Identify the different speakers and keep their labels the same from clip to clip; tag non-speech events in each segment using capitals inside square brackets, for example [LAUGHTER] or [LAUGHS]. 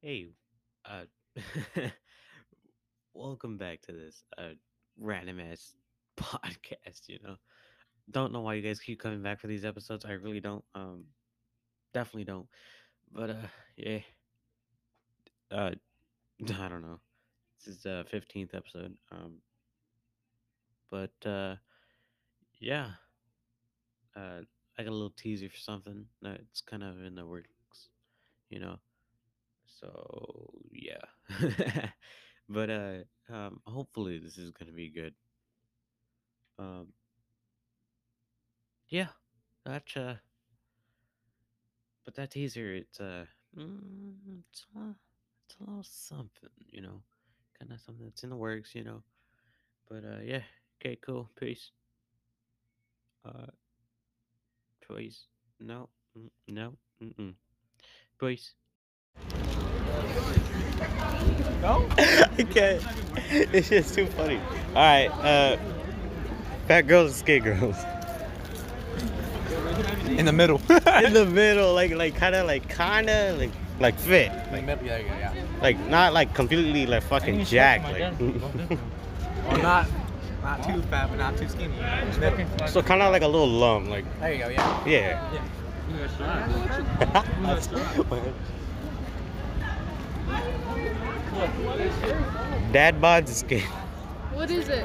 Speaker 1: Hey, uh, [LAUGHS] welcome back to this uh random ass [LAUGHS] podcast. You know, don't know why you guys keep coming back for these episodes. I really don't. Um, definitely don't. But uh, yeah. Uh, [LAUGHS] I don't know. This is the fifteenth episode. Um, but uh, yeah. Uh, I got a little teaser for something that's kind of in the works. You know. So yeah. [LAUGHS] but uh um hopefully this is gonna be good. Um yeah. That's uh but that teaser it's uh mm, it's, a, it's a little something, you know. Kinda something that's in the works, you know. But uh yeah. Okay, cool. Peace. Uh peace. No. Mm, No. Mm-mm. Peace.
Speaker 2: I can't. It's just too funny. All right, uh, fat girls and skinny girls
Speaker 3: In the middle. [LAUGHS]
Speaker 2: in the middle, like like kind of like kind of like like fit,
Speaker 3: Like, middle, yeah, yeah, yeah.
Speaker 2: like not like completely like fucking jacked, like
Speaker 3: Or not, not too fat, but not too skinny. Middle.
Speaker 2: [LAUGHS] so kind of like a little lump, like
Speaker 3: There you go, yeah.
Speaker 2: yeah. [LAUGHS] Dad bods is skinny.
Speaker 4: What is it?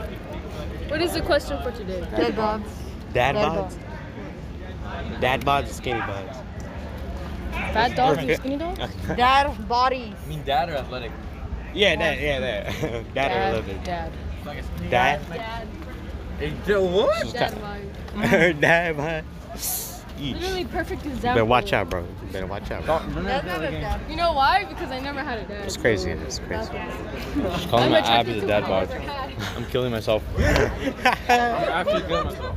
Speaker 4: What is the question for today?
Speaker 5: Dead dogs.
Speaker 2: Dad
Speaker 5: Dad
Speaker 2: bods. Dad bods is skinny bods. [LAUGHS]
Speaker 4: Fat dogs and skinny dogs?
Speaker 5: Dead bodies.
Speaker 3: I mean, dad or athletic?
Speaker 2: yeah, that yeah that. [LAUGHS] Dad or little bit.
Speaker 4: Dad.
Speaker 3: Like
Speaker 2: Dad.
Speaker 4: Dad.
Speaker 3: what?
Speaker 4: Dad mind.
Speaker 5: [LAUGHS]
Speaker 2: Dad bod.
Speaker 4: Literally
Speaker 2: Yeesh.
Speaker 4: perfect example.
Speaker 2: Mm-hmm. Better watch out, bro. Better watch out. Bro.
Speaker 5: That's not a dad.
Speaker 4: You know why? Because I never had a dad.
Speaker 2: It's crazy. It's crazy.
Speaker 6: Just calling
Speaker 4: I'm
Speaker 6: my
Speaker 4: attracted
Speaker 6: Abby
Speaker 4: to
Speaker 6: the dad
Speaker 4: women I've
Speaker 6: bod.
Speaker 2: [LAUGHS]
Speaker 4: never had.
Speaker 6: I'm killing myself.
Speaker 3: Actually, good myself.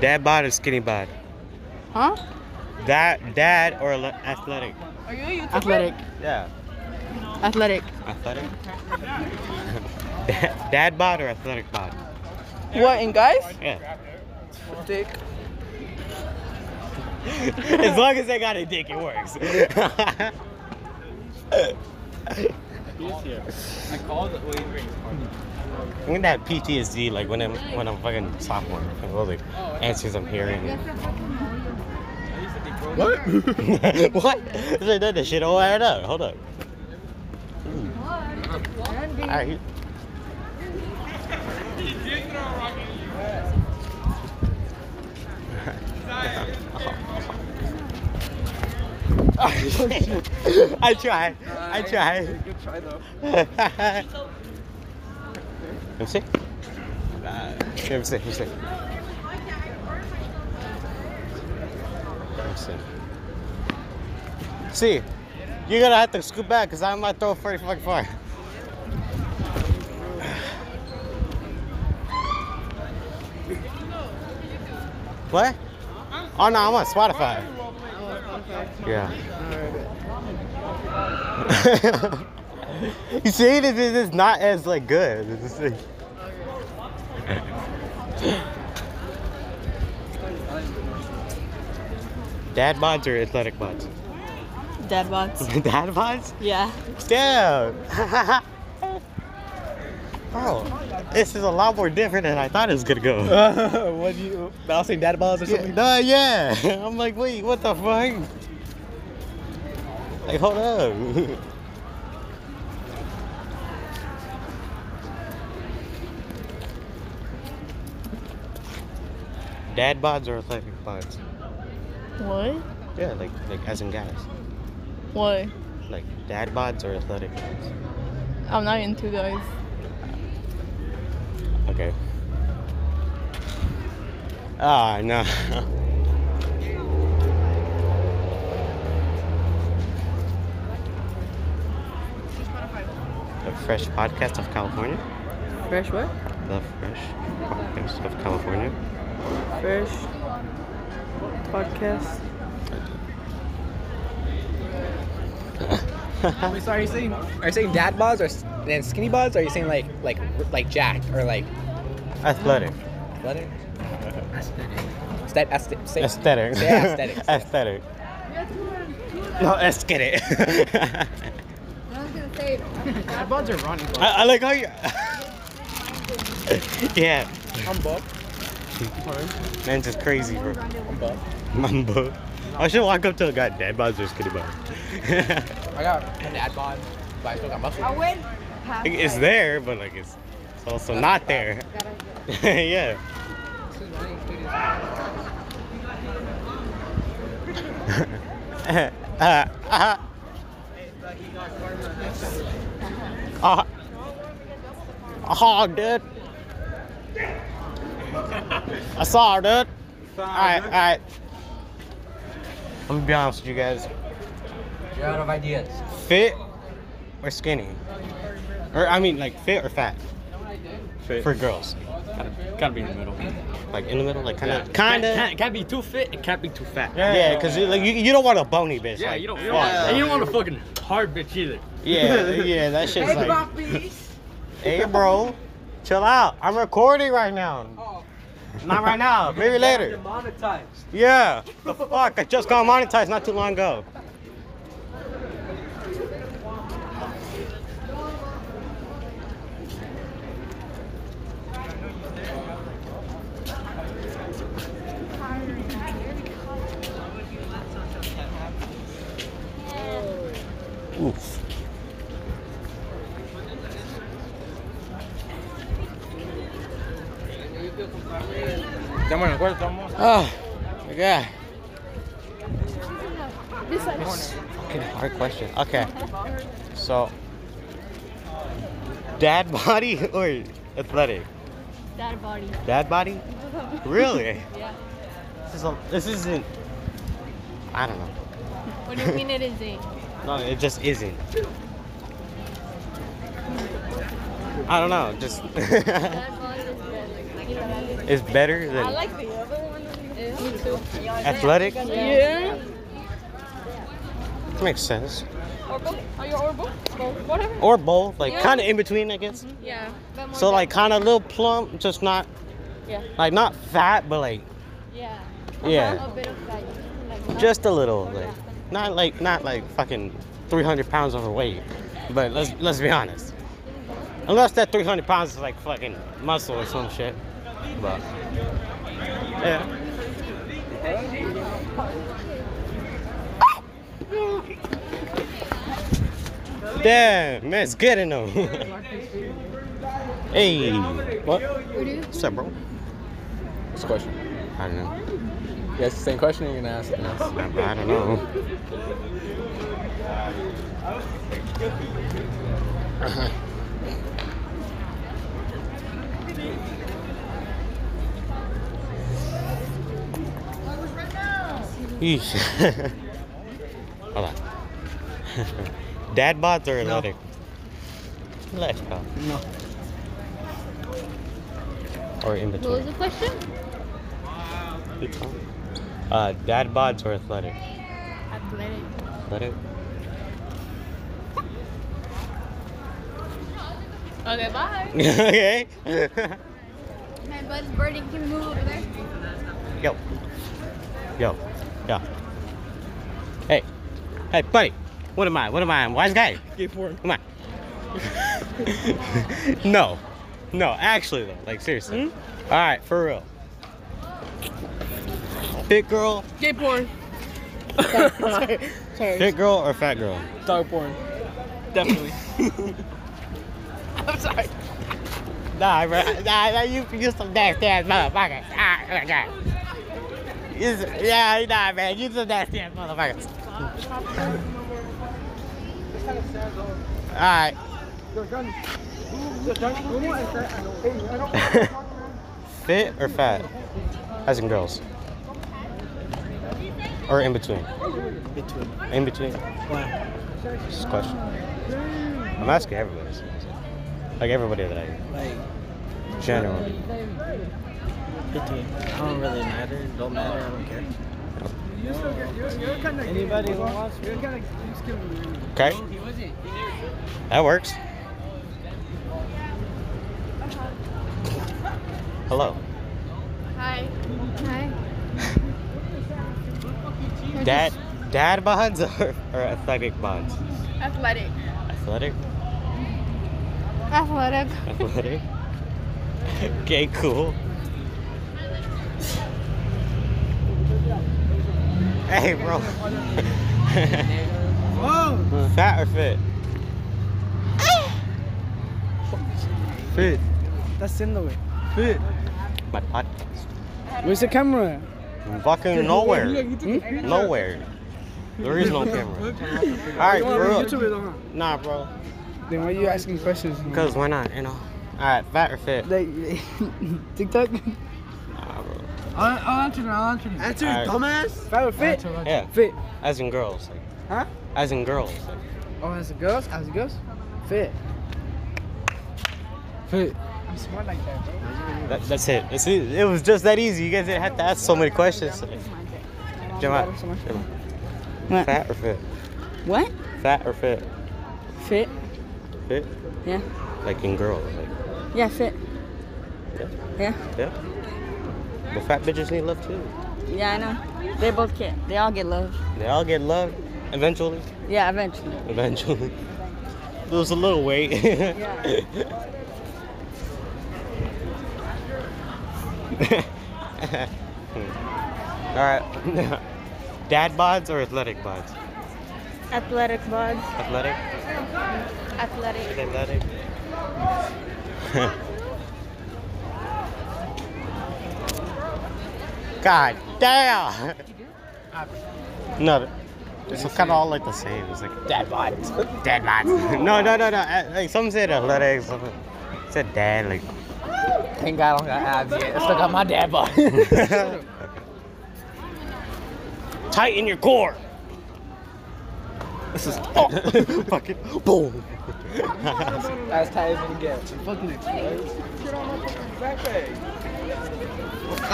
Speaker 2: dad bod or skinny bod?
Speaker 5: Huh?
Speaker 2: That dad or le- athletic?
Speaker 4: Are you a YouTuber?
Speaker 5: Athletic.
Speaker 2: Yeah.
Speaker 5: Athletic.
Speaker 2: Athletic. dad, [LAUGHS] dad bod or athletic bod?
Speaker 5: What in guys?
Speaker 2: Yeah.
Speaker 5: Dick.
Speaker 2: [LAUGHS] as long as they got a dick, it works. [LAUGHS]
Speaker 3: I called it William Green.
Speaker 2: when that PTSD, like when I'm when I'm fucking sophomore, and all the answers I'm hearing.
Speaker 3: What?
Speaker 2: [LAUGHS] what? That, that, that shit all added up. Hold up. All right. [LAUGHS] I tried. I tried.
Speaker 3: Good try though.
Speaker 2: Let me see. Let me see. Let me see. Let me see. See, you're gonna have to scoot back because I'm not throwing pretty fucking far. What? Oh no, I'm on Spotify. [LAUGHS] Yeah. you see, this is it's not as like [LAUGHS] good. This is- Dad mods or athletic mods?
Speaker 5: Dead bots.
Speaker 2: [LAUGHS] Dad mods?
Speaker 5: Yeah.
Speaker 2: Damn. [LAUGHS] Bro, Oh, this is a lot more different than I thought it was gonna go.
Speaker 3: [LAUGHS] what do you? I was saying dad balls or
Speaker 2: Yeah, nah, yeah. [LAUGHS] I'm like, wait, what the fuck? Like, hold up. [LAUGHS] Dad bods or athletic bods?
Speaker 5: What?
Speaker 2: Yeah, like like as in guys.
Speaker 5: What?
Speaker 2: Like dad bods or athletic bods.
Speaker 5: I'm not into guys.
Speaker 2: Okay. Ah no. The Fresh Podcast of California.
Speaker 5: Fresh what?
Speaker 2: The Fresh Podcast of California.
Speaker 5: Fresh podcast.
Speaker 3: Wait, so are you saying? Are you saying dad balls or s- and skinny balls? Or are you saying like like like jacked or like [LAUGHS]
Speaker 2: Athletic.
Speaker 3: athletic? Aesthet- aesthet- say-
Speaker 2: Aesthetic.
Speaker 3: Yeah, aesthetic.
Speaker 2: [LAUGHS] aesthetic. No, aesthetic. I,
Speaker 4: I was gonna say.
Speaker 6: Dad bods are Ronnie
Speaker 2: [LAUGHS]
Speaker 6: bods.
Speaker 2: I like how you. [LAUGHS] yeah,
Speaker 3: I'm Bob.
Speaker 2: man's just crazy, bro.
Speaker 3: I'm Bob.
Speaker 2: Mambo. I should walk up to a guy, dad bods or skinny bod.
Speaker 3: I got an ad bod, but I still got muscle.
Speaker 7: went past.
Speaker 2: [LAUGHS] Like, it's there, but like it's, it's also not there. [LAUGHS] yeah. [LAUGHS] uh, uh, uh, oh, dude. I saw her, dude. Alright, alright. I'm gonna be honest with you guys.
Speaker 3: You're out of ideas.
Speaker 2: Fit or skinny? Or, I mean, like, fit or fat?
Speaker 6: Fit.
Speaker 2: For girls.
Speaker 6: Gotta, gotta be in the middle.
Speaker 2: Like, in the middle? Like, kind of. Kind of.
Speaker 6: Can't, can't be too fit. It can't be too fat.
Speaker 2: Yeah, because like you, you don't want a bony bitch.
Speaker 6: Yeah,
Speaker 2: like,
Speaker 6: you don't.
Speaker 2: fuck,
Speaker 6: You don't, want, and
Speaker 2: bro.
Speaker 6: you don't want a fucking hard bitch either.
Speaker 2: Yeah, yeah, that shit's
Speaker 7: Hey,
Speaker 2: like,
Speaker 7: Boppies.
Speaker 2: hey, bro, chill out. I'm recording right now. Not
Speaker 7: [LAUGHS]
Speaker 2: right now. Maybe later.
Speaker 7: Oh. Monetized.
Speaker 2: Yeah. The fuck, I just got monetized not too long ago. Oof. Oh, my God.
Speaker 4: This side.
Speaker 2: Fucking hard question. Okay. So, dad [LAUGHS] body or athletic?
Speaker 4: Dad body.
Speaker 2: Dad
Speaker 4: [LAUGHS]
Speaker 2: body? Really?
Speaker 4: Yeah.
Speaker 2: This, is a, this isn't. I don't know.
Speaker 4: What do you mean it isn't?
Speaker 2: No, it just isn't. I don't know. Just. [LAUGHS]
Speaker 4: Dad body is good. Like, you know what I mean?
Speaker 2: it's better than
Speaker 7: I like the other one.
Speaker 4: Yeah, me too.
Speaker 2: athletic.
Speaker 4: Yeah.
Speaker 2: Makes sense.
Speaker 4: Or both. Are you or both? Both. Whatever.
Speaker 2: Or both. Like,
Speaker 4: Yeah.
Speaker 2: kind of in between, I guess.
Speaker 4: Yeah. but more
Speaker 2: So,
Speaker 4: dad-
Speaker 2: like, kind of a little plump, just not.
Speaker 4: Yeah.
Speaker 2: Like, not fat, but like.
Speaker 4: Yeah.
Speaker 2: Yeah.
Speaker 4: A bit of like. like not-
Speaker 2: Just a little, like not like not like fucking 300 pounds overweight, but let's let's be honest. Unless that 300 pounds is like fucking muscle or some shit. But yeah, damn, man's getting them. [LAUGHS] hey, what? What's up, bro?
Speaker 3: What's the question?
Speaker 2: I don't know.
Speaker 3: Yeah, it's the same question you're gonna ask. something else.
Speaker 2: I don't know. Yeesh. [LAUGHS] Hold on. [LAUGHS] Dad bods or athletic? Let's go.
Speaker 6: No.
Speaker 2: Or in
Speaker 4: What was
Speaker 2: between.
Speaker 4: the question?
Speaker 2: Uh, dad bods or athletic?
Speaker 4: Athletic.
Speaker 2: Athletic?
Speaker 4: Okay. Bye.
Speaker 2: [LAUGHS] okay.
Speaker 4: My bud's burning. Can move over there?
Speaker 2: Yo. Yo. Yo. Hey. Hey, buddy. What am I? What am I? I'm a wise guy.
Speaker 3: Gay porn.
Speaker 2: Come on. [LAUGHS] no. No, actually though. Like seriously.
Speaker 3: Hmm?
Speaker 2: Alright, for real. Thick girl,
Speaker 5: Gay porn.
Speaker 2: thick girl or fat girl?
Speaker 3: Dog porn.
Speaker 6: Definitely.
Speaker 2: Nah, bro. Nah, nah you you some nasty ass motherfucker. Ah, oh my god. You s- yeah, nah, man. You some nasty ass motherfucker.
Speaker 6: [LAUGHS]
Speaker 2: Alright. Fit or fat? As in girls. Or in between?
Speaker 6: Between.
Speaker 2: In between?
Speaker 6: Why?
Speaker 2: Just a question. I'm asking everybody. this. Like everybody that I
Speaker 6: Like
Speaker 2: generally.
Speaker 6: between. I don't really matter. It Don't matter. I don't care. Anybody who wants me.
Speaker 2: Okay. That works. Hello.
Speaker 4: Hi. Hi. Or
Speaker 2: Dad,
Speaker 4: just
Speaker 2: dad bonds [LAUGHS] or, or athletic bonds?
Speaker 4: Athletic.
Speaker 2: Athletic?
Speaker 4: Athletic.
Speaker 2: Athletic? [LAUGHS] okay, cool. Hey, bro. Whoa! [LAUGHS] Fat or fit?
Speaker 6: Fit.
Speaker 8: That's in the way.
Speaker 6: Fit.
Speaker 2: My pot.
Speaker 8: Where's the camera?
Speaker 2: Fucking
Speaker 6: [LAUGHS]
Speaker 2: nowhere.
Speaker 6: Hmm?
Speaker 2: Nowhere. There is no camera. Alright, bro. Nah, bro.
Speaker 8: Then why are you asking questions? man?
Speaker 2: Because why not, you know? Alright, fat or fit?
Speaker 3: [LAUGHS]
Speaker 8: like TikTok.
Speaker 2: Nah, bro.
Speaker 6: I'll, I'll answer it. I'll answer it. Answer
Speaker 2: Alright.
Speaker 6: dumbass.
Speaker 8: If I were fit,
Speaker 2: Yeah,
Speaker 8: fit.
Speaker 2: as in girls. Like,
Speaker 8: Huh?
Speaker 2: As in girls. Like,
Speaker 8: Oh, as a girl, as a girl, fit.
Speaker 6: Fit.
Speaker 8: I'm smart like that, bro.
Speaker 2: that, that's it. That's it. It was just that easy. You guys didn't have to ask so many questions. Like, Jamal,
Speaker 5: What?
Speaker 2: fat or fit?
Speaker 5: What?
Speaker 2: Fat or fit?
Speaker 5: Fit?
Speaker 2: Fit?
Speaker 5: Yeah.
Speaker 2: Like in girls. Like,
Speaker 5: Yeah, fit.
Speaker 2: yeah. But fat bitches need love too.
Speaker 5: Yeah, I know. They both get. They all get love.
Speaker 2: They all get love eventually.
Speaker 5: Yeah, eventually.
Speaker 2: Eventually. [LAUGHS] Lose a little weight. [LAUGHS] Alright. [LAUGHS] Dad bods or athletic bods?
Speaker 5: Athletic vibes.
Speaker 2: Athletic?
Speaker 7: Athletic.
Speaker 2: Athletic. [LAUGHS] God damn! No, it's kind of all like the same. It's like dad bods, dad bods. [LAUGHS] no, no, no, no. uh, Like some said athletic, some said dad. Like
Speaker 3: Thank God I don't got abs yet. I still got my dad bod.
Speaker 2: [LAUGHS] tighten your core. This is oh, [LAUGHS] fucking boom.
Speaker 3: [LAUGHS] as tight as it gets.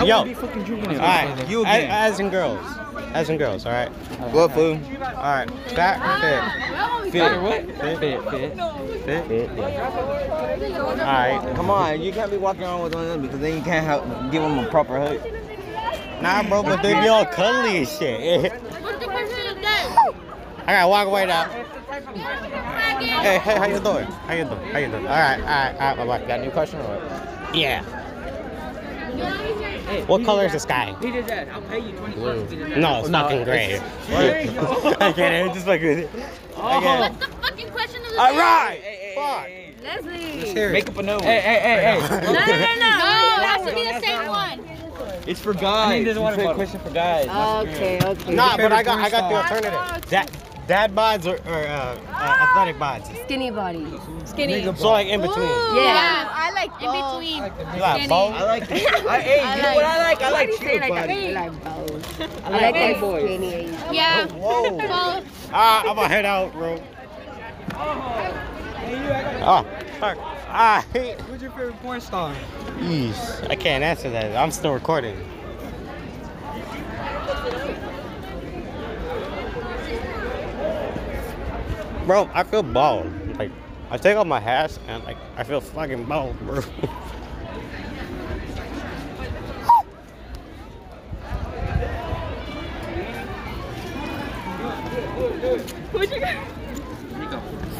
Speaker 2: Yo,
Speaker 3: fucking juvenile.
Speaker 2: all right. You again. As in girls, as in girls. All right.
Speaker 6: What food?
Speaker 2: All right. Fat
Speaker 6: Fit. What?
Speaker 2: or fit? Fit.
Speaker 6: Fit.
Speaker 2: Fit. All
Speaker 4: Athletic.
Speaker 2: right.
Speaker 6: Come on, you can't be walking around with one of them because then you can't help give them a proper hug.
Speaker 2: Nah, bro, but they be all cuddly and shit. [LAUGHS]
Speaker 4: What's the question of that?
Speaker 2: I gotta walk away now. Hey, hey, how you doing? How you doing? How you doing? All right, all right, all right. Bye bye.
Speaker 6: Got a new question or what?
Speaker 2: Yeah. What color is the sky?
Speaker 6: Blue.
Speaker 2: No, it's fucking gray.
Speaker 6: [LAUGHS]
Speaker 2: [LAUGHS] I can't. It's just fucking.
Speaker 6: Oh.
Speaker 2: I can't.
Speaker 4: What's the fucking question of the
Speaker 2: All
Speaker 4: day?
Speaker 2: right.
Speaker 4: Leslie.
Speaker 6: Make up a new one.
Speaker 2: Fuck. [LAUGHS]
Speaker 3: [LAUGHS]
Speaker 4: No, no, no, no. it has to be the same one.
Speaker 6: It's for guys. I need this water question for guys.
Speaker 5: Okay, okay.
Speaker 2: Nah, but I got I got the alternative. Dad, dad bods or, or uh, uh, athletic bods.
Speaker 5: Skinny body.
Speaker 4: Skinny.
Speaker 2: So like in between.
Speaker 4: Ooh,
Speaker 5: Yeah.
Speaker 4: I like in between.
Speaker 2: You got both?
Speaker 6: I like. I, hey, you know what I like? I like you, buddy.
Speaker 5: like both. I like that skinny.
Speaker 4: Yeah.
Speaker 6: Whoa.
Speaker 2: [LAUGHS]
Speaker 4: Both.
Speaker 2: Ah, I'm gonna head out, bro. Ah, fuck. Ah,
Speaker 6: Who's your favorite porn star?
Speaker 2: Yeesh. I can't answer that. I'm still recording. Bro, I feel bald. Like, I take off my hat and like I feel fucking bald, [LAUGHS] bro.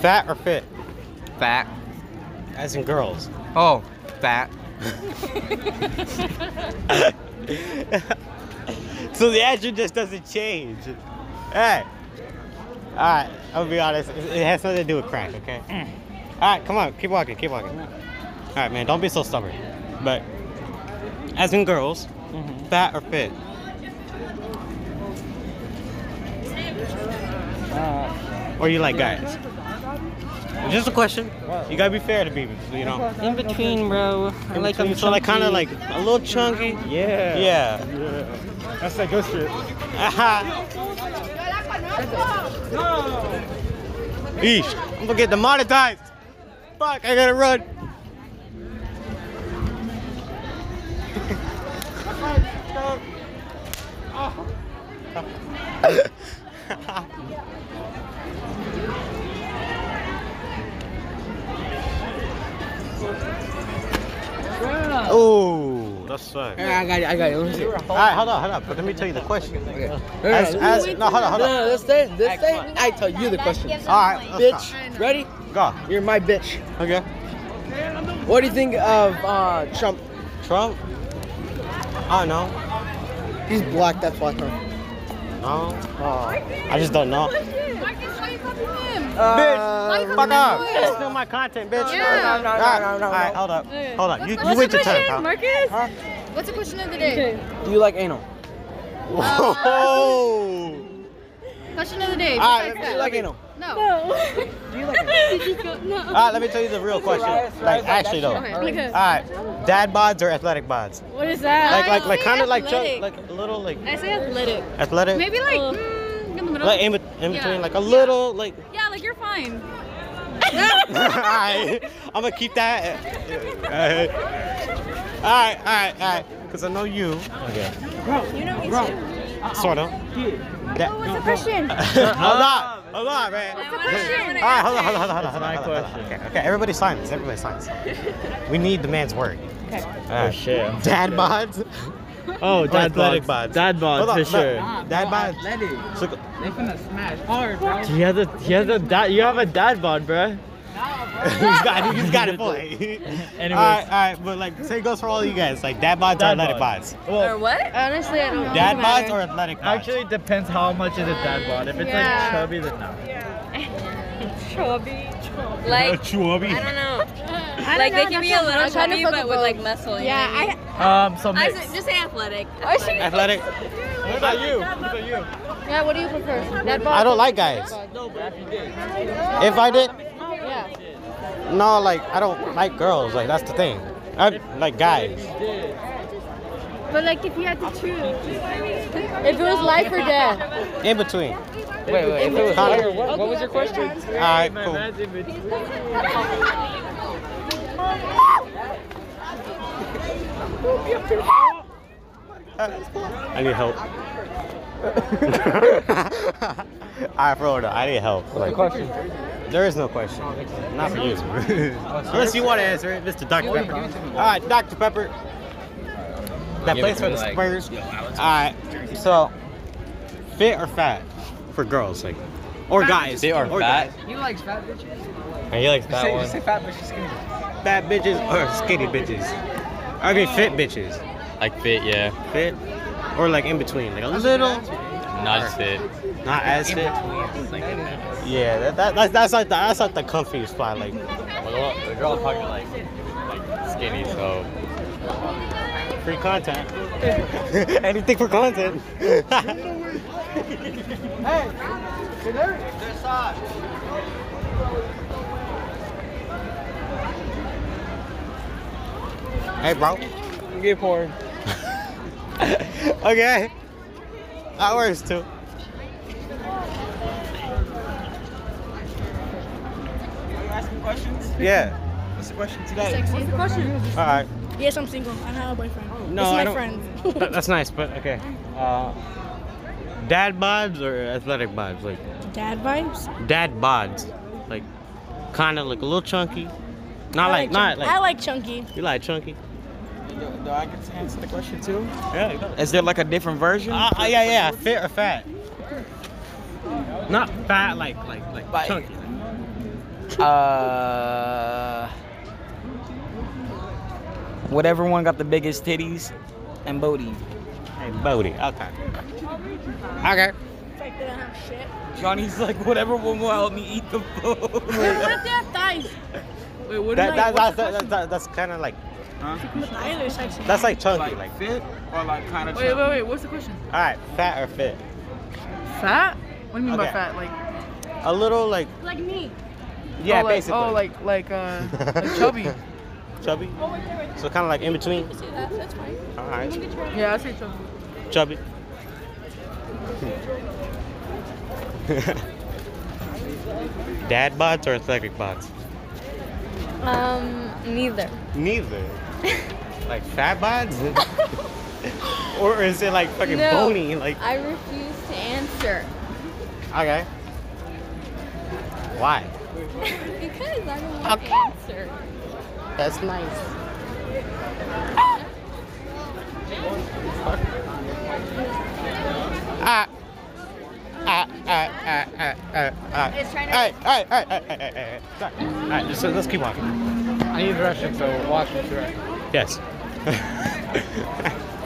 Speaker 2: Fat or fit?
Speaker 6: Fat.
Speaker 2: As in girls.
Speaker 6: Oh, fat.
Speaker 2: so the answer just doesn't change. Hey. Alright, I'll be honest. It it has nothing to do with crack, okay? [CLEARS THROAT] Alright, come on, keep walking, keep walking. Alright, man, don't be so stubborn. But, as in girls,
Speaker 6: Mm-hmm.
Speaker 2: fat or fit?
Speaker 6: Uh,
Speaker 2: or you like guys? Just a question. You gotta be fair to people, you know.
Speaker 6: In between, bro.
Speaker 2: In between, so like kind of like a little chunky.
Speaker 6: Yeah.
Speaker 2: Yeah.
Speaker 8: That's that good shit.
Speaker 2: Aha. Eesh. I'm gonna get demonetized. Fuck, I gotta run. Ooh, that's That sucks.
Speaker 3: Yeah, I got it. I got it. Let me see. it.
Speaker 2: All right, hold on, hold on. But let me tell you the question.
Speaker 3: Okay. No, no,
Speaker 2: As,
Speaker 3: no,
Speaker 2: as, no, hold on,
Speaker 3: no,
Speaker 2: hold on.
Speaker 3: no, this thing, this thing, I tell you the question.
Speaker 2: All right, let's
Speaker 3: Bitch, ready?
Speaker 2: go.
Speaker 3: You're my bitch.
Speaker 2: Go. Okay.
Speaker 3: What do you think of uh, Trump?
Speaker 2: Trump. I don't know.
Speaker 3: He's black. That's why Trump.
Speaker 2: No. Oh, I just don't know.
Speaker 4: Marcus, why you copying him?
Speaker 2: bitch, fuck off.
Speaker 4: doing
Speaker 2: That's still my content, bitch.
Speaker 4: Yeah.
Speaker 3: Uh, No, no, no,
Speaker 2: All right,
Speaker 3: no, no, no.
Speaker 2: all right, hold up,
Speaker 4: Okay.
Speaker 2: hold up. You,
Speaker 4: What's
Speaker 2: you
Speaker 4: the
Speaker 2: wait your
Speaker 4: question,
Speaker 2: turn. pal.
Speaker 4: Marcus?
Speaker 3: Huh?
Speaker 4: What's the question of the day?
Speaker 3: Do you like anal?
Speaker 2: [LAUGHS] Whoa.
Speaker 4: Question of the day.
Speaker 2: All right,
Speaker 4: besides
Speaker 3: Do
Speaker 4: that.
Speaker 3: you like anal?
Speaker 4: No.
Speaker 2: [LAUGHS]
Speaker 5: No.
Speaker 3: Do you like anal?
Speaker 2: All right, let me tell you the real question.
Speaker 3: Rise, rise
Speaker 2: Like,
Speaker 3: like that
Speaker 2: actually
Speaker 3: shit.
Speaker 2: though. Ah. All
Speaker 4: Okay.
Speaker 3: All right.
Speaker 4: okay.
Speaker 2: right, dad bods or athletic bods?
Speaker 5: What is that?
Speaker 2: Like, like,
Speaker 4: don't
Speaker 2: like,
Speaker 4: say
Speaker 2: kind of like, chunk,
Speaker 4: athletic.
Speaker 2: like a little, like
Speaker 4: I say athletic.
Speaker 2: athletic.
Speaker 4: Maybe like
Speaker 5: Uh,
Speaker 4: mm, in the middle.
Speaker 2: Like in, bet- in
Speaker 4: Yeah.
Speaker 2: between, like a
Speaker 4: Yeah.
Speaker 2: little, like.
Speaker 4: yeah, like you're
Speaker 2: [LAUGHS]
Speaker 4: fine.
Speaker 2: alright, I'm gonna keep that. Alright, alright, alright. Cause I know you. Okay. Bro, you know me Uh-uh. Sort of.
Speaker 5: What's the
Speaker 2: [LAUGHS]
Speaker 5: question?
Speaker 2: a lot, a lot, man.
Speaker 4: I wanna- I wanna
Speaker 2: All right,
Speaker 4: answer
Speaker 2: hold on,
Speaker 4: it.
Speaker 2: hold on, hold on. hold on,
Speaker 6: my
Speaker 2: hold on, hold on.
Speaker 6: question.
Speaker 2: Okay, okay, everybody silence. Everybody [LAUGHS] silence. We need the man's word.
Speaker 5: Okay.
Speaker 2: Alright.
Speaker 6: Oh,
Speaker 2: [LAUGHS]
Speaker 6: shit.
Speaker 2: Dad mods.
Speaker 6: Oh,
Speaker 2: Or
Speaker 6: dad
Speaker 2: athletic
Speaker 6: bods.
Speaker 2: bods.
Speaker 6: Dad
Speaker 2: Hold on,
Speaker 6: bods for
Speaker 2: no,
Speaker 6: sure.
Speaker 2: Dad bods. [LAUGHS] So,
Speaker 8: They finna smash hard, bro.
Speaker 6: He has a he has a dad. You have a dad bod, bruh.
Speaker 2: he's got it. He's got it,
Speaker 6: [LAUGHS]
Speaker 2: boy. all right, all right, but like, say it goes for all you guys. Like dad bods
Speaker 6: Dad
Speaker 2: or athletic
Speaker 6: bods.
Speaker 2: bods.
Speaker 4: Or
Speaker 5: Oh.
Speaker 6: Well,
Speaker 4: what?
Speaker 2: Uh,
Speaker 4: Honestly, I don't know.
Speaker 2: Dad bods or athletic bods.
Speaker 6: actually, it depends how much is a dad bod. If it's
Speaker 4: Yeah.
Speaker 6: like chubby, then no.
Speaker 5: Chubby.
Speaker 2: [LAUGHS]
Speaker 9: Like,
Speaker 2: Chubby.
Speaker 9: I don't know.
Speaker 4: I
Speaker 9: like,
Speaker 4: don't know,
Speaker 9: they can be a
Speaker 4: that's what
Speaker 9: little
Speaker 4: I'm trying to
Speaker 9: chubby,
Speaker 4: fuck
Speaker 9: but
Speaker 4: with
Speaker 9: with
Speaker 4: both.
Speaker 9: like muscle. you know what
Speaker 5: Yeah,
Speaker 6: Um, so
Speaker 9: I mean?
Speaker 6: mix.
Speaker 9: I said- just say athletic.
Speaker 2: Athletic.
Speaker 6: What about you? What about you?
Speaker 4: Yeah, what do you prefer? That
Speaker 2: I don't like guys. If I did,
Speaker 4: Yeah.
Speaker 2: no, like I don't like girls. Like that's the thing. I like guys.
Speaker 4: But like, if you had to choose, if it was life or death,
Speaker 2: In between.
Speaker 3: Wait, wait. If it was
Speaker 2: Huh?
Speaker 3: higher, what, what was your question?
Speaker 2: All right,
Speaker 6: My
Speaker 2: cool.
Speaker 6: man's in between.
Speaker 2: I need [LAUGHS] help. I bro, no, I need help. Like,
Speaker 3: Question.
Speaker 2: there is no question. Not [LAUGHS] for you. Unless you want to answer it, Mr. Dr. Pepper. All right, Dr. Pepper. That
Speaker 3: Give
Speaker 2: place
Speaker 3: it to
Speaker 2: for
Speaker 3: me
Speaker 2: the
Speaker 3: like,
Speaker 2: Spurs. All right, so fit or fat for girls, like, or guys, or guys.
Speaker 8: He likes fat bitches.
Speaker 2: And you like
Speaker 8: say, Just say fat bitches skinny.
Speaker 2: Fat bitches or skinny bitches? I mean, fit bitches.
Speaker 10: Like fit, yeah.
Speaker 2: Fit or like in between, like a little.
Speaker 10: Not just fit.
Speaker 2: Not as fit. Yeah, that, that, that's that's like the that's like the comfiest spot. Like,
Speaker 10: Well, the one- the girl I'm talking like, like skinny, so
Speaker 2: free content. [LAUGHS] Anything for content. [LAUGHS] hey, bro.
Speaker 3: Get porn.
Speaker 2: [LAUGHS] okay. That works too. Yeah.
Speaker 6: What's the question today?
Speaker 4: what's the question?
Speaker 2: All right.
Speaker 5: Yes, I'm single. I don't have a boyfriend.
Speaker 2: No,
Speaker 5: it's my
Speaker 2: I don't-
Speaker 5: friend.
Speaker 2: [LAUGHS] That- that's nice, but okay. Uh, dad bods or athletic bods? Like
Speaker 5: Dad vibes?
Speaker 2: dad bods, like kind of like a little chunky. Not
Speaker 5: I
Speaker 2: like, not
Speaker 5: chunky.
Speaker 2: like
Speaker 5: I like chunky.
Speaker 2: you like chunky.
Speaker 6: Do I get to answer the question too?
Speaker 2: Yeah.
Speaker 6: Is there like a different version?
Speaker 2: Uh, uh, yeah, yeah. Fit or fat? Not fat, like like like
Speaker 6: But-
Speaker 2: chunky.
Speaker 6: Uh,
Speaker 3: Whatever one got the biggest titties and booty.
Speaker 2: Hey, Bodie. Okay. Okay.
Speaker 5: Like they don't have shit.
Speaker 3: Johnny's like, whatever one will help me eat the food.
Speaker 5: Wait, what if they have thighs?
Speaker 8: Wait, what
Speaker 2: That, that, that's that, that, that's kind of like
Speaker 5: The thighs are sexy.
Speaker 2: that's like chunky. Like,
Speaker 6: fit or like kind of?
Speaker 8: wait, wait. What's the question?
Speaker 2: all right, fat or fit?
Speaker 8: Fat? What do you mean
Speaker 2: Okay.
Speaker 8: by fat? Like,
Speaker 2: A little like
Speaker 4: Like me.
Speaker 2: yeah,
Speaker 8: oh, like,
Speaker 2: basically. [LAUGHS]
Speaker 8: Oh, like, like, uh, like chubby.
Speaker 2: Chubby. So kind of like in between. All right.
Speaker 8: Yeah, I say chubby.
Speaker 2: [LAUGHS] Chubby. Dad bots or athletic bots?
Speaker 7: Um, neither.
Speaker 2: [LAUGHS] Neither. like fat [LAUGHS] bots? or is it like fucking
Speaker 7: No.
Speaker 2: bony? Like
Speaker 7: I refuse to answer
Speaker 2: okay. Why?
Speaker 7: because I don't want to answer.
Speaker 2: That's nice. Ah. Ah, ah, ah, ah, ah, ah.
Speaker 7: It's trying to-
Speaker 2: Hey, hey, hey, hey, hey, hey, hey. Sorry. All right, just, let's keep walking.
Speaker 6: I need Russian, so watch me through it.
Speaker 2: Yes.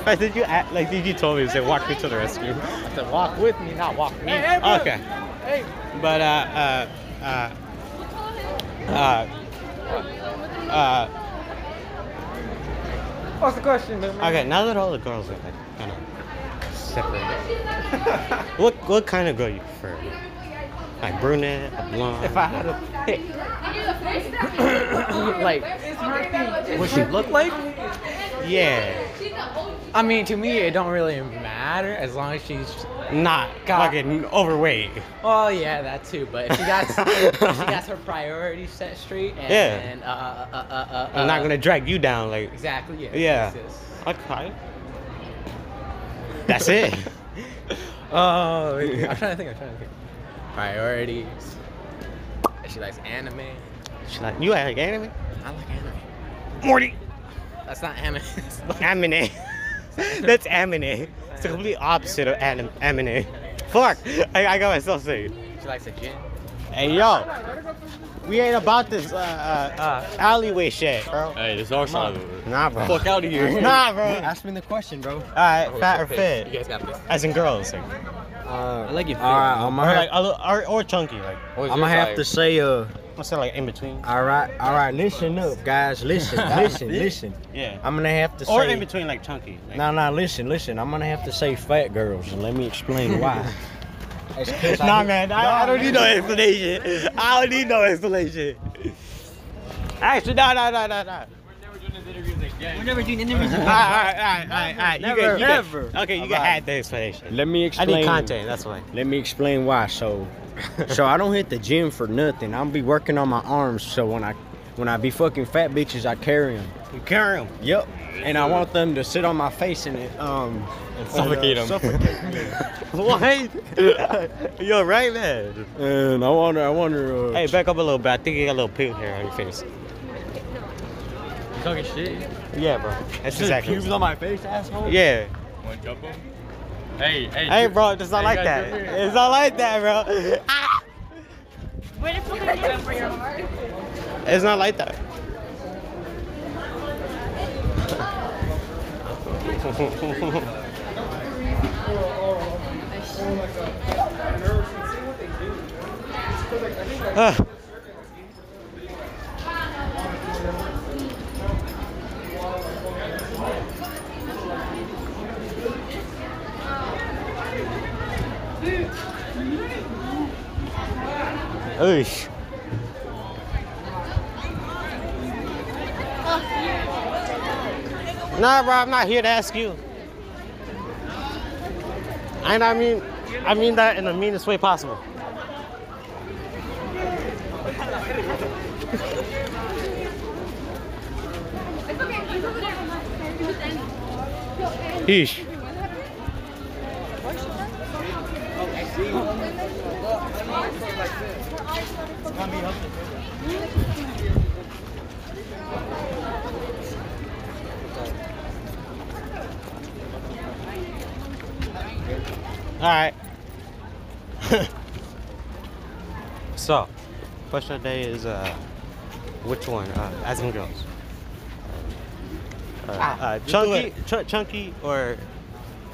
Speaker 2: [LAUGHS] Wait, did you act like did you told me to say walk me to the rescue?
Speaker 6: I said walk with me, not walk me.
Speaker 8: Hey, hey, bro.
Speaker 2: Okay.
Speaker 8: Hey.
Speaker 2: But uh uh uh uh uh
Speaker 6: What's the question, man?
Speaker 2: Okay, now that all the girls are like kind of
Speaker 6: [LAUGHS]
Speaker 2: separated, what what kind of girl you prefer? Like brunette, a blonde?
Speaker 6: If I had a pick, [LAUGHS] like, what she look like?
Speaker 2: yeah,
Speaker 6: I mean, to me, it don't really matter as long as she's.
Speaker 2: not
Speaker 6: God.
Speaker 2: fucking overweight.
Speaker 6: Well, yeah, that too. But if she
Speaker 2: [LAUGHS]
Speaker 6: got, if she got her priorities set straight, and,
Speaker 2: Yeah.
Speaker 6: and uh, uh, uh, uh, uh,
Speaker 2: I'm not gonna drag you down. Like,
Speaker 6: Exactly. Yeah.
Speaker 2: Yeah.
Speaker 6: yes,
Speaker 2: okay, that's
Speaker 6: [LAUGHS]
Speaker 2: it.
Speaker 6: yes. Oh, wait,
Speaker 2: [LAUGHS]
Speaker 6: I'm trying to think. I'm trying to think. Priorities. She likes anime.
Speaker 2: She's like, you like anime?
Speaker 6: I like anime.
Speaker 2: Morty,
Speaker 6: That's not anime. [LAUGHS] It's like-
Speaker 2: anime. [LAUGHS] that's anime. It's the complete opposite of anim- anime. Fuck, I, I got myself saved.
Speaker 6: she likes a gin.
Speaker 2: Hey yo, we ain't about this uh, uh, uh, alleyway shit, bro.
Speaker 10: Ah. Hey, this is our side of it.
Speaker 2: Nah, bro.
Speaker 10: Fuck out Oh, of here.
Speaker 2: [LAUGHS] Nah, bro.
Speaker 6: Ask me the question, bro.
Speaker 2: Alright, fat or
Speaker 6: You
Speaker 2: fit?
Speaker 6: guys got this.
Speaker 2: As in girls, like, or
Speaker 6: I like it.
Speaker 10: All right,
Speaker 6: I'm
Speaker 2: like a little- or, or chunky, like
Speaker 10: What's
Speaker 6: I'm
Speaker 10: your
Speaker 6: gonna have
Speaker 10: type?
Speaker 6: to say, uh,
Speaker 2: what's that like in between?
Speaker 6: all right, all right, listen up,
Speaker 2: [LAUGHS]
Speaker 6: guys, listen, listen, listen.
Speaker 2: Yeah.
Speaker 6: I'm gonna have to
Speaker 2: Or
Speaker 6: say,
Speaker 2: in between, like chunky. Like,
Speaker 6: no, no, listen, listen. I'm gonna have to say fat girls, and let me explain
Speaker 2: [LAUGHS]
Speaker 6: why. It's 'cause I
Speaker 2: nah,
Speaker 6: hate-
Speaker 2: man. I, I don't need no explanation. I don't need no explanation. Actually, no, no, no, no, no.
Speaker 6: We're never doing interviews.
Speaker 2: All right, all right, all right, all right. You
Speaker 6: Never,
Speaker 2: can, you
Speaker 6: ever.
Speaker 2: Can, okay, you can
Speaker 6: Alright.
Speaker 2: add the explanation.
Speaker 6: Let me
Speaker 2: I
Speaker 6: explain.
Speaker 2: need content. That's why.
Speaker 6: Let me explain why. So, [LAUGHS] so I don't hit the gym for nothing. I'll be working on my arms. So when I, when I be fucking fat bitches, I carry them.
Speaker 2: You carry 'em.
Speaker 6: Yep. And I want them to sit on my face and it, um,
Speaker 10: Suffocate
Speaker 6: and, uh,
Speaker 10: 'em.
Speaker 2: [LAUGHS]
Speaker 6: suffocate me.
Speaker 2: What? You're right, man.
Speaker 6: and I wonder, I wonder. Uh,
Speaker 2: Hey, back up a little bit. I think you got a little pink hair on your face.
Speaker 10: You talking shit?
Speaker 2: Yeah, bro. That's exactly.
Speaker 6: pubes on my face, asshole.
Speaker 2: Yeah.
Speaker 10: Want to jump him? Hey, hey.
Speaker 2: Hey,
Speaker 10: ju-
Speaker 2: bro, it's not
Speaker 10: Hey,
Speaker 2: like
Speaker 10: guys,
Speaker 2: that.
Speaker 10: jump here.
Speaker 2: It's not like that, bro.
Speaker 10: [LAUGHS]
Speaker 2: Ah!
Speaker 5: Wait, if we're gonna for your
Speaker 2: It's not like that. Ah. Oosh. Nah, bro, I'm not here to ask you. And I mean, I mean that in the meanest way possible. Yeesh. All right. [LAUGHS] so, question of the day is uh, which one? Uh, as in girls. Uh, uh, chunky, ch- chunky, or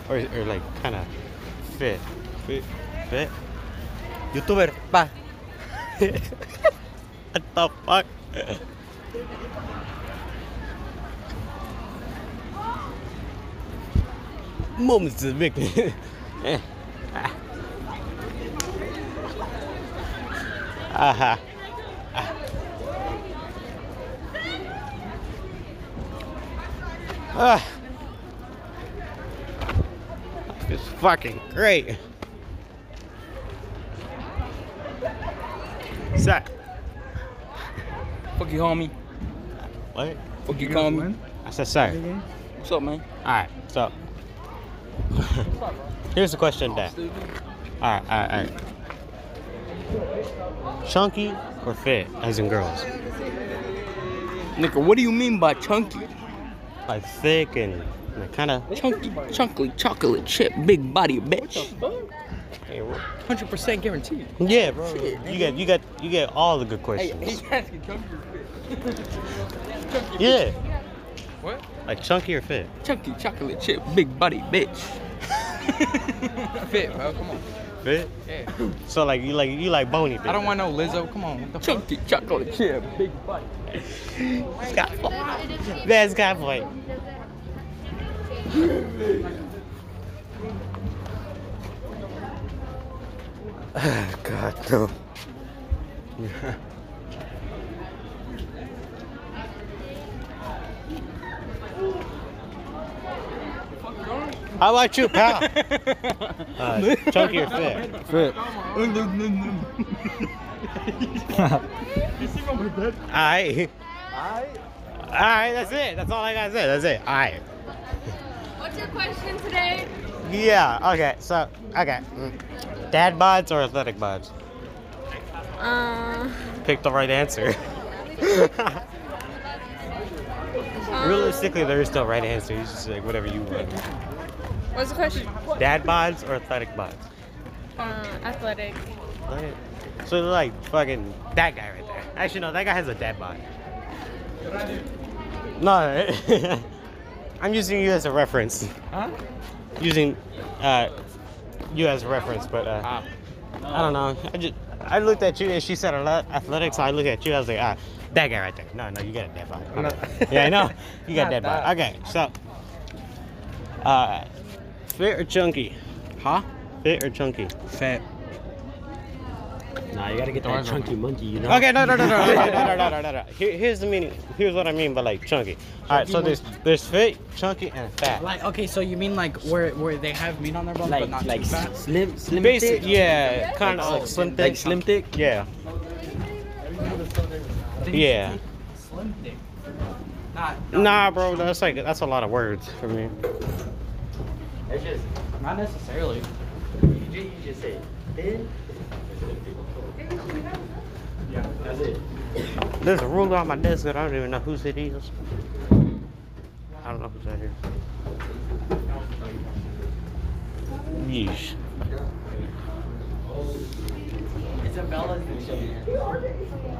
Speaker 2: or or like kind of fit, fit, fit. YouTuber, bye. [LAUGHS] what the fuck? Moments of [LAUGHS] weakness. Eh. Ah. Aha. Ah. Ah. It's fucking great. Zach.
Speaker 6: Fuck you, homie.
Speaker 2: What?
Speaker 6: Fuck you,
Speaker 8: Girls
Speaker 6: homie.
Speaker 8: win.
Speaker 2: I said sorry.
Speaker 6: What's up, man?
Speaker 2: All right, so [LAUGHS] here's the question then. All right, all right, all right. Chunky or fit, as in girls?
Speaker 6: Nigga, what do you mean by chunky?
Speaker 2: Like thick and Like, kind of.
Speaker 3: Chunky, chunky chocolate chip, big body, bitch. Hundred percent guaranteed.
Speaker 2: Yeah, bro. You get, you get, you get all the good
Speaker 3: Hey,
Speaker 2: questions.
Speaker 3: he's asking chunky
Speaker 6: [LAUGHS]
Speaker 3: or fit. Chunky-
Speaker 2: Yeah,
Speaker 3: What?
Speaker 2: like chunky or fit.
Speaker 3: Chunky chocolate chip, big body, bitch. [LAUGHS] fit, bro. Come on.
Speaker 2: Fit.
Speaker 3: Yeah.
Speaker 2: So like you like you like bony. Fit.
Speaker 3: I don't want no Lizzo. Come on. What the chunky chocolate chip, big body.
Speaker 2: That's got point. Ah, God no. How about you, [LAUGHS] pal? Uh, chunky or fit? [LAUGHS]
Speaker 6: Fit.
Speaker 2: Alright. Alright, that's it. That's all I gotta say. That's it. Alright.
Speaker 7: What's your question today?
Speaker 2: Yeah, okay, so, okay. Mm. Dad bods or athletic bods?
Speaker 7: Uh,
Speaker 2: Pick the right answer. [LAUGHS]
Speaker 7: um,
Speaker 2: Realistically, there is no right answer. You just like whatever you want.
Speaker 7: What's the question?
Speaker 2: Dad bods or athletic bods?
Speaker 7: Uh, athletic.
Speaker 2: Like, so they're like fucking that guy right there. Actually, no, that guy has a dad bod. No, [LAUGHS] I'm using you as a reference.
Speaker 3: Huh?
Speaker 2: Using uh, you as a reference, but uh, I don't know. I just I looked at you and she said a lot athletics. So I looked at you. I was like, ah, that guy right there. No, no, you got a dead body.
Speaker 3: I'm not-
Speaker 2: yeah, I know. You got
Speaker 3: Not
Speaker 2: dead body.
Speaker 3: that.
Speaker 2: Okay, so uh, fit or chunky?
Speaker 3: Huh?
Speaker 2: Fit or [LAUGHS] chunky?
Speaker 3: Fat.
Speaker 6: Nah, you gotta get that
Speaker 3: Doors open.
Speaker 6: chunky monkey, you know?
Speaker 2: Okay, no, no, no, no, no, no, no, no, no, no, no. Here, here's the meaning. Here's what I mean by like chunky. All right, so there's there's fit, chunky, and fat.
Speaker 3: Like okay, so you mean like where where they have meat on their bones but
Speaker 6: Like,
Speaker 3: not
Speaker 6: like
Speaker 3: too fat?
Speaker 6: s- slim, slim
Speaker 2: Basic,
Speaker 6: thick?
Speaker 2: yeah, kind of like
Speaker 6: Oh,
Speaker 2: slim thick.
Speaker 6: Like slim thick?
Speaker 2: Yeah. Yeah.
Speaker 3: Slim thick. Not,
Speaker 2: Nah, bro, that's like that's a lot of words for me.
Speaker 10: It's just,
Speaker 3: not necessarily.
Speaker 10: you just, you just say thin. Yeah, that's it.
Speaker 2: There's a ruler on my desk that I don't even know whose it is. I don't know who's out here. Yeesh.
Speaker 10: Isabella's the show.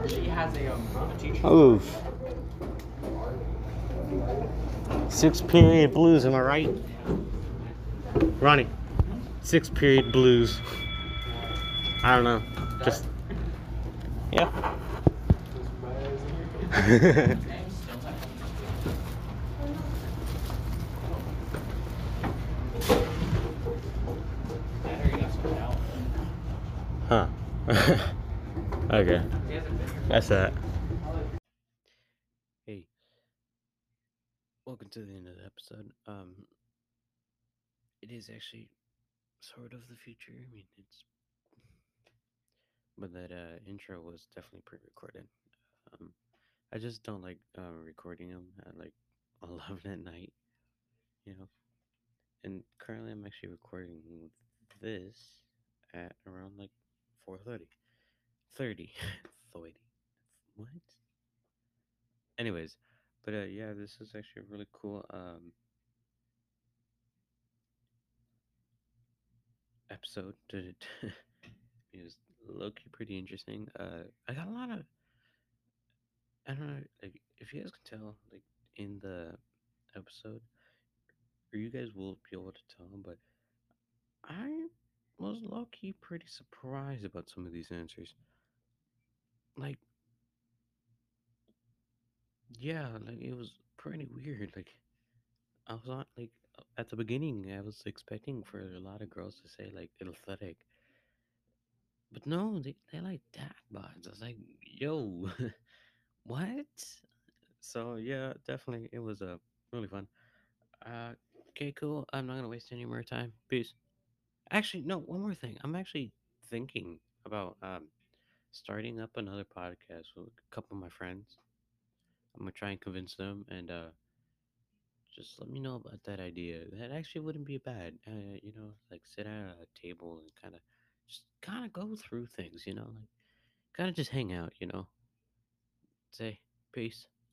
Speaker 10: She has a um, a teacher.
Speaker 2: Oof. Six period blues, am I right? Ronnie, six period blues. I don't know. Just. Yeah. [LAUGHS] huh. [LAUGHS] okay. That's that.
Speaker 1: Hey, welcome to the end of the episode. Um, it is actually sort of the future. I mean, it's but that uh intro was definitely pre-recorded. Um, I just don't like uh, recording them at like [LAUGHS] eleven at night, you know. And currently, I'm actually recording this at around like four thirty. Thirty, [LAUGHS] thirty. What? anyways but uh yeah this is actually really cool um episode [LAUGHS] to, to it was low-key pretty interesting uh i got a lot of i don't know like if you guys can tell like in the episode or you guys will be able to tell but i was low-key pretty surprised about some of these answers like yeah, like it was pretty weird. Like I was on like uh, at the beginning, I was expecting for a lot of girls to say like athletic, but no, they they like dad bods. I was like, yo, [LAUGHS] what? So yeah, definitely, it was uh, really fun. Uh, okay, cool. I'm not gonna waste any more time. Peace. Actually, no, one more thing. I'm actually thinking about um starting up another podcast with a couple of my friends. I'm gonna try and convince them, and uh, just let me know about that idea. That actually wouldn't be bad. Uh, you know, like sit at a table and kind of just kind of go through things. You know, like kind of just hang out. You know, say peace.